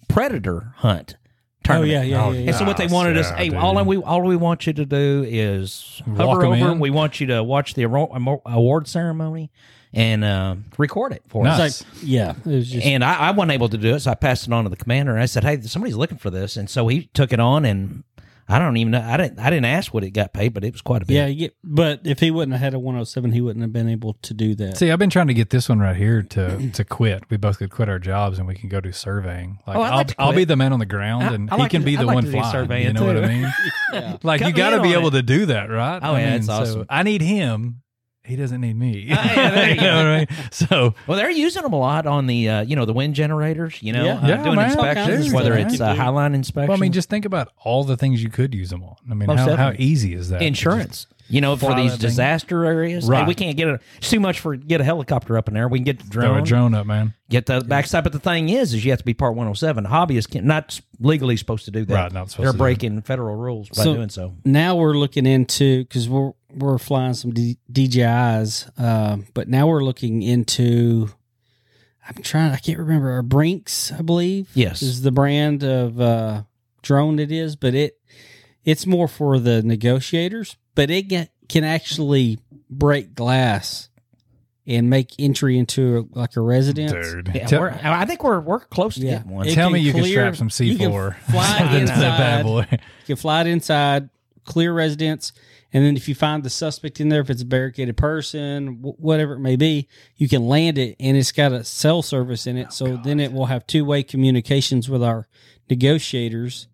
[SPEAKER 3] predator hunt
[SPEAKER 2] oh
[SPEAKER 3] tournament.
[SPEAKER 2] yeah, yeah,
[SPEAKER 1] Oh,
[SPEAKER 2] yeah,
[SPEAKER 3] And
[SPEAKER 2] yeah.
[SPEAKER 3] so what they
[SPEAKER 1] Nice,
[SPEAKER 3] wanted us,
[SPEAKER 1] yeah,
[SPEAKER 3] hey,
[SPEAKER 1] dude.
[SPEAKER 3] all we all we want you to do is hover
[SPEAKER 1] Walk 'em
[SPEAKER 3] over.
[SPEAKER 1] in.
[SPEAKER 3] We want you to watch the aro- amo- award ceremony and uh, record it for us.
[SPEAKER 1] Nice.
[SPEAKER 2] It's like- yeah, it was just
[SPEAKER 3] And I, I wasn't able to do it, so I passed it on to the commander. And I said, "Hey, somebody's looking for this," and so he took it on. And I don't even know. I didn't. I didn't ask what it got paid, but it was quite a bit.
[SPEAKER 2] yeah, you get, but if he wouldn't have had a 107, he wouldn't have been able to do that.
[SPEAKER 1] See, I've been trying to get this one right here to to quit. We both could quit our jobs and we can go do surveying. Like,
[SPEAKER 3] Oh, I'd
[SPEAKER 1] I'll,
[SPEAKER 3] like to
[SPEAKER 1] I'll be
[SPEAKER 3] quit.
[SPEAKER 1] the man on the ground,
[SPEAKER 3] I-
[SPEAKER 1] and
[SPEAKER 3] I
[SPEAKER 1] he
[SPEAKER 3] like
[SPEAKER 1] can
[SPEAKER 3] to-
[SPEAKER 1] be the
[SPEAKER 3] I'd like
[SPEAKER 1] one
[SPEAKER 3] to do
[SPEAKER 1] flying.
[SPEAKER 3] surveying,
[SPEAKER 1] You know what I
[SPEAKER 3] too.
[SPEAKER 1] mean?
[SPEAKER 2] Yeah.
[SPEAKER 1] Like
[SPEAKER 3] Cut
[SPEAKER 1] you
[SPEAKER 3] me
[SPEAKER 1] got to
[SPEAKER 3] in
[SPEAKER 1] be
[SPEAKER 3] on
[SPEAKER 1] able
[SPEAKER 3] it.
[SPEAKER 1] to do that, right?
[SPEAKER 3] Oh,
[SPEAKER 1] I
[SPEAKER 3] yeah,
[SPEAKER 1] mean,
[SPEAKER 3] that's
[SPEAKER 1] so
[SPEAKER 3] awesome. Uh,
[SPEAKER 1] I need him. He doesn't need me.
[SPEAKER 3] yeah, there you
[SPEAKER 1] know what I mean? So
[SPEAKER 3] Well, they're using them a lot on the uh, you know the wind generators. You know,
[SPEAKER 2] Yeah.
[SPEAKER 3] uh,
[SPEAKER 1] Yeah,
[SPEAKER 3] doing
[SPEAKER 1] man. All kinds
[SPEAKER 3] inspections,
[SPEAKER 1] of
[SPEAKER 3] whether
[SPEAKER 1] stuff.
[SPEAKER 3] it's uh, highline inspections,
[SPEAKER 1] well, I mean, just think about all the things you could use them on. I mean,
[SPEAKER 3] Most
[SPEAKER 1] how, how
[SPEAKER 3] definitely.
[SPEAKER 1] easy is that?
[SPEAKER 3] insurance. You know, for
[SPEAKER 1] Fly
[SPEAKER 3] these
[SPEAKER 1] that thing.
[SPEAKER 3] disaster areas, Hey,
[SPEAKER 1] Right.
[SPEAKER 3] we can't get a it's too much for get a helicopter up in there. We can get the
[SPEAKER 1] Throw
[SPEAKER 3] drone,
[SPEAKER 1] a drone up, man.
[SPEAKER 3] get the backside. But the thing is, is you have to be Part 107. Hobbyists can not s- legally supposed to do that.
[SPEAKER 1] Right, not supposed
[SPEAKER 3] They're
[SPEAKER 1] to do
[SPEAKER 3] breaking federal rules by
[SPEAKER 2] So-
[SPEAKER 3] doing so.
[SPEAKER 2] now we're looking into because we're we're flying some D- DJIs, um, but now we're looking into. I'm trying. I can't remember. Our Brinks, I believe.
[SPEAKER 3] Yes.
[SPEAKER 2] is the brand of uh, drone it is, but it it's more for the negotiators. But it get, can actually break glass and make entry into a, like a residence.
[SPEAKER 1] Dude,
[SPEAKER 3] Yeah,
[SPEAKER 1] Tell-
[SPEAKER 3] we're, I think we're we're close to getting one.
[SPEAKER 2] It
[SPEAKER 1] Tell
[SPEAKER 2] can
[SPEAKER 1] me you can strap some
[SPEAKER 2] you can
[SPEAKER 1] C4
[SPEAKER 2] Fly
[SPEAKER 1] That's
[SPEAKER 2] inside.
[SPEAKER 1] that bad boy.
[SPEAKER 2] You can fly it inside, clear residence, and then if you find the suspect in there, if it's a barricaded person, wh- whatever it may be, you can land it, and it's got a cell service in it. so then it will have two way communications with our negotiators.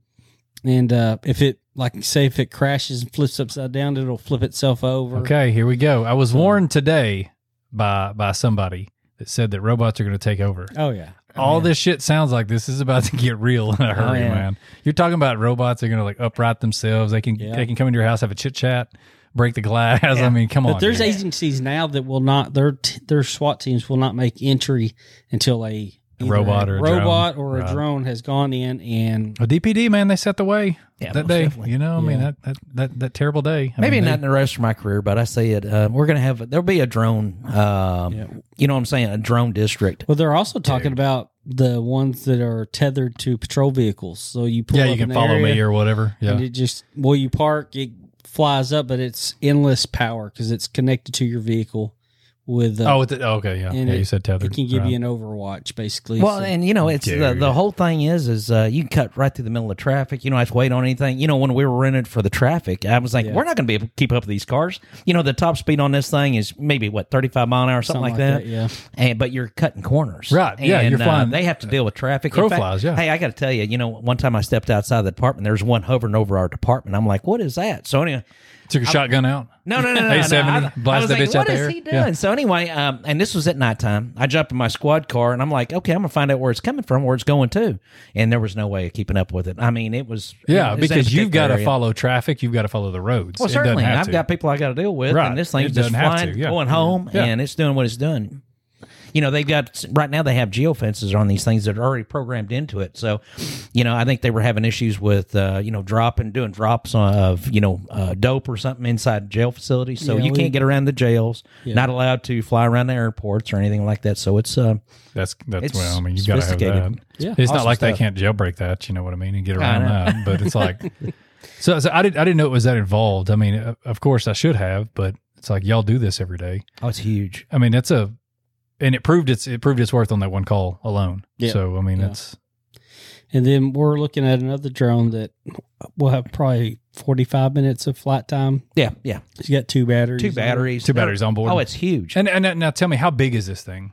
[SPEAKER 2] And uh, if it, like, say, if it crashes and flips upside down, it'll flip itself over.
[SPEAKER 1] Okay, here we go. I was warned today by by somebody that said that robots are going to take over.
[SPEAKER 2] Oh yeah. Oh,
[SPEAKER 1] All this shit sounds like this is about to get real in a hurry,
[SPEAKER 3] yeah.
[SPEAKER 1] man. You're talking about robots are going to like upright themselves. They can
[SPEAKER 2] Yeah.
[SPEAKER 1] they can come into your house, have a chit chat, break the glass. I mean, come
[SPEAKER 2] But
[SPEAKER 1] on.
[SPEAKER 2] there's
[SPEAKER 1] dude.
[SPEAKER 2] agencies now that will not their t- their SWAT teams will not make entry until a either
[SPEAKER 1] Robot or a drone.
[SPEAKER 2] robot or a
[SPEAKER 1] Right.
[SPEAKER 2] drone has gone in and
[SPEAKER 1] a DPD man. They set the way
[SPEAKER 3] Yeah,
[SPEAKER 1] that
[SPEAKER 3] most
[SPEAKER 1] day.
[SPEAKER 3] definitely.
[SPEAKER 1] You know, I mean
[SPEAKER 2] Yeah.
[SPEAKER 1] that, that that that terrible day. I
[SPEAKER 3] Maybe
[SPEAKER 1] mean,
[SPEAKER 3] not in the rest of my career, but I see it. Uh, we're gonna have there'll be a drone. Um,
[SPEAKER 2] Yeah.
[SPEAKER 3] You know what I'm saying? A drone district.
[SPEAKER 2] Well, they're also talking about the ones that are tethered to patrol vehicles. So you
[SPEAKER 1] they-
[SPEAKER 2] pull
[SPEAKER 1] yeah,
[SPEAKER 2] up
[SPEAKER 1] you
[SPEAKER 2] in
[SPEAKER 1] can
[SPEAKER 2] the
[SPEAKER 1] follow
[SPEAKER 2] area,
[SPEAKER 1] me or whatever.
[SPEAKER 2] and
[SPEAKER 1] Yeah,
[SPEAKER 2] it just well, you park, it flies up, but it's endless power because it's connected to your vehicle. With uh,
[SPEAKER 1] oh, with the, oh, okay, yeah,
[SPEAKER 2] and
[SPEAKER 1] yeah.
[SPEAKER 2] it-
[SPEAKER 1] you said tethered.
[SPEAKER 2] it can give
[SPEAKER 1] Right.
[SPEAKER 2] you an Overwatch basically.
[SPEAKER 3] Well,
[SPEAKER 2] So-
[SPEAKER 3] and you know, it's uh, the,
[SPEAKER 1] Dude.
[SPEAKER 3] the whole thing is is uh, you can cut right through the middle of traffic. You don't have to wait on anything. You know, when we were rented for the traffic, I was like,
[SPEAKER 2] Yeah.
[SPEAKER 3] we're not going to be able to keep up with these cars. You know, the top speed on this thing is maybe what thirty five mile an hour, something, like that.
[SPEAKER 2] yeah.
[SPEAKER 3] And but you're cutting corners,
[SPEAKER 1] Right, yeah,
[SPEAKER 3] And,
[SPEAKER 1] you're
[SPEAKER 3] uh,
[SPEAKER 1] flying-
[SPEAKER 3] they have to deal with traffic. In
[SPEAKER 1] Crow
[SPEAKER 3] fact,
[SPEAKER 1] flies, yeah.
[SPEAKER 3] Hey, I got to tell you, you know, one time I stepped outside the department. There's one hovering over our department. I'm like, what is that? So anyway,
[SPEAKER 1] Took your shotgun out.
[SPEAKER 3] no, no, no, no. no.
[SPEAKER 1] A70,
[SPEAKER 3] I- I
[SPEAKER 1] blast
[SPEAKER 3] was
[SPEAKER 1] that
[SPEAKER 3] like,
[SPEAKER 1] bitch out
[SPEAKER 3] what is
[SPEAKER 1] there.
[SPEAKER 3] he doing?
[SPEAKER 1] Yeah.
[SPEAKER 3] So anyway, um, and this was at nighttime. I jumped in my squad car and I'm like, okay, I'm gonna find out where it's coming from, where it's going to. And there was no way of keeping up with it. I mean, it was
[SPEAKER 1] Yeah,
[SPEAKER 3] it was that
[SPEAKER 1] because you've got to
[SPEAKER 3] particular area.
[SPEAKER 1] follow traffic. You've got to follow the roads.
[SPEAKER 3] Well,
[SPEAKER 1] It doesn't
[SPEAKER 3] certainly,
[SPEAKER 1] have
[SPEAKER 3] I've
[SPEAKER 1] to.
[SPEAKER 3] got people I got to deal with,
[SPEAKER 1] Right.
[SPEAKER 3] and this
[SPEAKER 1] It
[SPEAKER 3] thing's just
[SPEAKER 1] doesn't have
[SPEAKER 3] flying,
[SPEAKER 1] to, yeah.
[SPEAKER 3] going home,
[SPEAKER 1] Yeah.
[SPEAKER 3] and it's doing what it's doing. You know, they've got right now. They have geofences on these things that are already programmed into it. So, you know, I think they were having issues with, uh, you know, dropping, doing drops of, you know, uh, dope or something inside jail facilities. So
[SPEAKER 2] Yeah,
[SPEAKER 3] you
[SPEAKER 2] we-
[SPEAKER 3] can't get around the jails. Not allowed to fly around the airports or anything like that. So it's, uh,
[SPEAKER 1] That's that's
[SPEAKER 3] It's
[SPEAKER 1] well. I mean, you got to have that.
[SPEAKER 3] sophisticated.
[SPEAKER 2] Yeah.
[SPEAKER 1] it's not
[SPEAKER 3] Awesome
[SPEAKER 1] like they
[SPEAKER 3] stuff.
[SPEAKER 1] can't jailbreak that. You know what I mean? And get around
[SPEAKER 3] know.
[SPEAKER 1] that. But it's like, so, so I didn't I didn't know it was that involved. I mean, uh, of course I should have, but it's like y'all do this every day.
[SPEAKER 3] oh, it's huge.
[SPEAKER 1] I mean, that's a, and it proved its it proved its worth on that one call alone.
[SPEAKER 2] Yeah.
[SPEAKER 1] So I mean,
[SPEAKER 2] Yeah.
[SPEAKER 1] it's
[SPEAKER 2] And then we're looking at another drone that will have probably 45 minutes of flight time.
[SPEAKER 3] Yeah, yeah.
[SPEAKER 2] It's got two batteries.
[SPEAKER 3] Two
[SPEAKER 2] on it.
[SPEAKER 3] batteries.
[SPEAKER 1] two batteries on board.
[SPEAKER 3] Oh, it's huge.
[SPEAKER 1] and, and now tell me how big is this thing?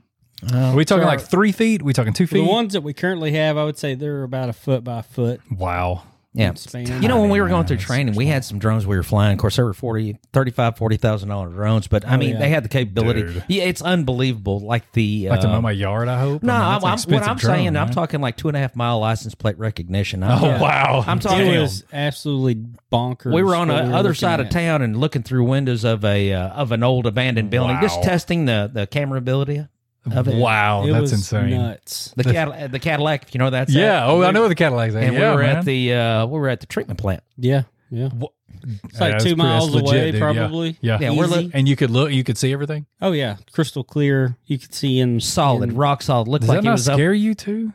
[SPEAKER 1] Are
[SPEAKER 3] Uh,
[SPEAKER 1] we talking
[SPEAKER 2] so our-
[SPEAKER 1] like three feet? we talking two feet?
[SPEAKER 2] The ones that we currently have, I would say they're about a foot by a foot.
[SPEAKER 1] wow.
[SPEAKER 3] Yeah.
[SPEAKER 2] span.
[SPEAKER 3] You know, when we were going through
[SPEAKER 1] Nice.
[SPEAKER 3] training, we had some drones we were flying. Of course, there were 40, 35, 40,000 dollar drones, but I mean,
[SPEAKER 2] yeah.
[SPEAKER 3] they had the capability.
[SPEAKER 1] Oh, Dude.
[SPEAKER 3] Yeah, it's unbelievable. Like the
[SPEAKER 1] Like to
[SPEAKER 3] uh,
[SPEAKER 1] mow my yard, I hope.
[SPEAKER 3] no,
[SPEAKER 1] I mean,
[SPEAKER 3] I
[SPEAKER 1] that's an
[SPEAKER 3] am what
[SPEAKER 1] expensive
[SPEAKER 3] I'm
[SPEAKER 1] drone,
[SPEAKER 3] saying, I'm
[SPEAKER 1] man.
[SPEAKER 3] talking like two and a half mile license plate recognition. I'm
[SPEAKER 1] Oh
[SPEAKER 3] talking-
[SPEAKER 1] wow!
[SPEAKER 3] I'm talking-
[SPEAKER 2] It
[SPEAKER 3] Damn.
[SPEAKER 2] was absolutely bonkers.
[SPEAKER 3] We were on the
[SPEAKER 2] what we were
[SPEAKER 3] other
[SPEAKER 2] looking
[SPEAKER 3] side of
[SPEAKER 2] at.
[SPEAKER 3] town and looking through windows of a uh, of an old abandoned building, just
[SPEAKER 1] Wow.
[SPEAKER 3] testing the the camera ability of it.
[SPEAKER 1] Wow,
[SPEAKER 2] It
[SPEAKER 1] Oh, that's
[SPEAKER 2] was
[SPEAKER 1] insane.
[SPEAKER 2] nuts.
[SPEAKER 3] The Cadillac, the Cadillac, if you know that's
[SPEAKER 1] Yeah. Oh, I know the Cadillac's. at.
[SPEAKER 3] And
[SPEAKER 1] yeah,
[SPEAKER 3] we were
[SPEAKER 1] man.
[SPEAKER 3] at the uh, we were at the treatment plant.
[SPEAKER 2] Yeah, yeah. It's like
[SPEAKER 1] Yeah, that's
[SPEAKER 2] two
[SPEAKER 1] pretty- that's
[SPEAKER 2] miles
[SPEAKER 1] legit,
[SPEAKER 2] away,
[SPEAKER 1] dude, yeah.
[SPEAKER 2] probably.
[SPEAKER 1] Yeah.
[SPEAKER 3] Yeah, we're
[SPEAKER 2] Easy.
[SPEAKER 3] look-
[SPEAKER 1] And you could look. You could see everything.
[SPEAKER 2] oh yeah, crystal clear. You could see in
[SPEAKER 3] Solid,
[SPEAKER 2] in-
[SPEAKER 3] rock solid. Looked
[SPEAKER 1] Does
[SPEAKER 3] like
[SPEAKER 1] that
[SPEAKER 3] it
[SPEAKER 1] not
[SPEAKER 3] was up.
[SPEAKER 1] scare you too?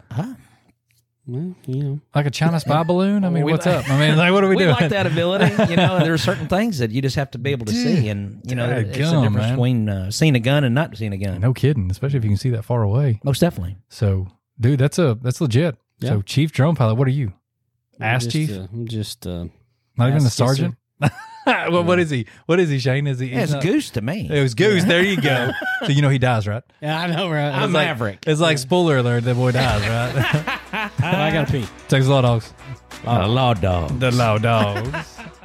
[SPEAKER 2] Well, you know,
[SPEAKER 1] Like a China spy balloon? I mean,
[SPEAKER 3] We
[SPEAKER 1] what's
[SPEAKER 3] like-
[SPEAKER 1] up? I mean, like, what are we,
[SPEAKER 3] we
[SPEAKER 1] doing?
[SPEAKER 3] like that ability, you know. and there are certain things that you just have to be able to see, and you know, it's the
[SPEAKER 1] dadgum,
[SPEAKER 3] difference
[SPEAKER 1] man.
[SPEAKER 3] between uh, seeing a gun and not seeing a gun.
[SPEAKER 1] No kidding, especially if you can see that far away.
[SPEAKER 3] Most definitely.
[SPEAKER 1] So, dude, that's a that's legit.
[SPEAKER 2] Yeah.
[SPEAKER 1] So, chief drone pilot, what are you? Ass
[SPEAKER 2] just,
[SPEAKER 1] chief?
[SPEAKER 2] uh, I'm just. Uh,
[SPEAKER 1] Not even
[SPEAKER 2] ass
[SPEAKER 1] a
[SPEAKER 2] kisser.
[SPEAKER 1] sergeant. well, what is he? What is he, Shane? Is he?
[SPEAKER 3] Yeah,
[SPEAKER 1] he's
[SPEAKER 3] it's
[SPEAKER 1] not-
[SPEAKER 3] goose to me.
[SPEAKER 1] It was goose. There you go. so you know he dies, right?
[SPEAKER 2] yeah, I know, right?
[SPEAKER 3] I'm
[SPEAKER 2] It's like,
[SPEAKER 3] Maverick.
[SPEAKER 1] It's like spoiler alert. That boy dies, right?
[SPEAKER 2] I gotta pee.
[SPEAKER 1] Texas Law Dogs.
[SPEAKER 3] a law dog.
[SPEAKER 1] The Law Dogs.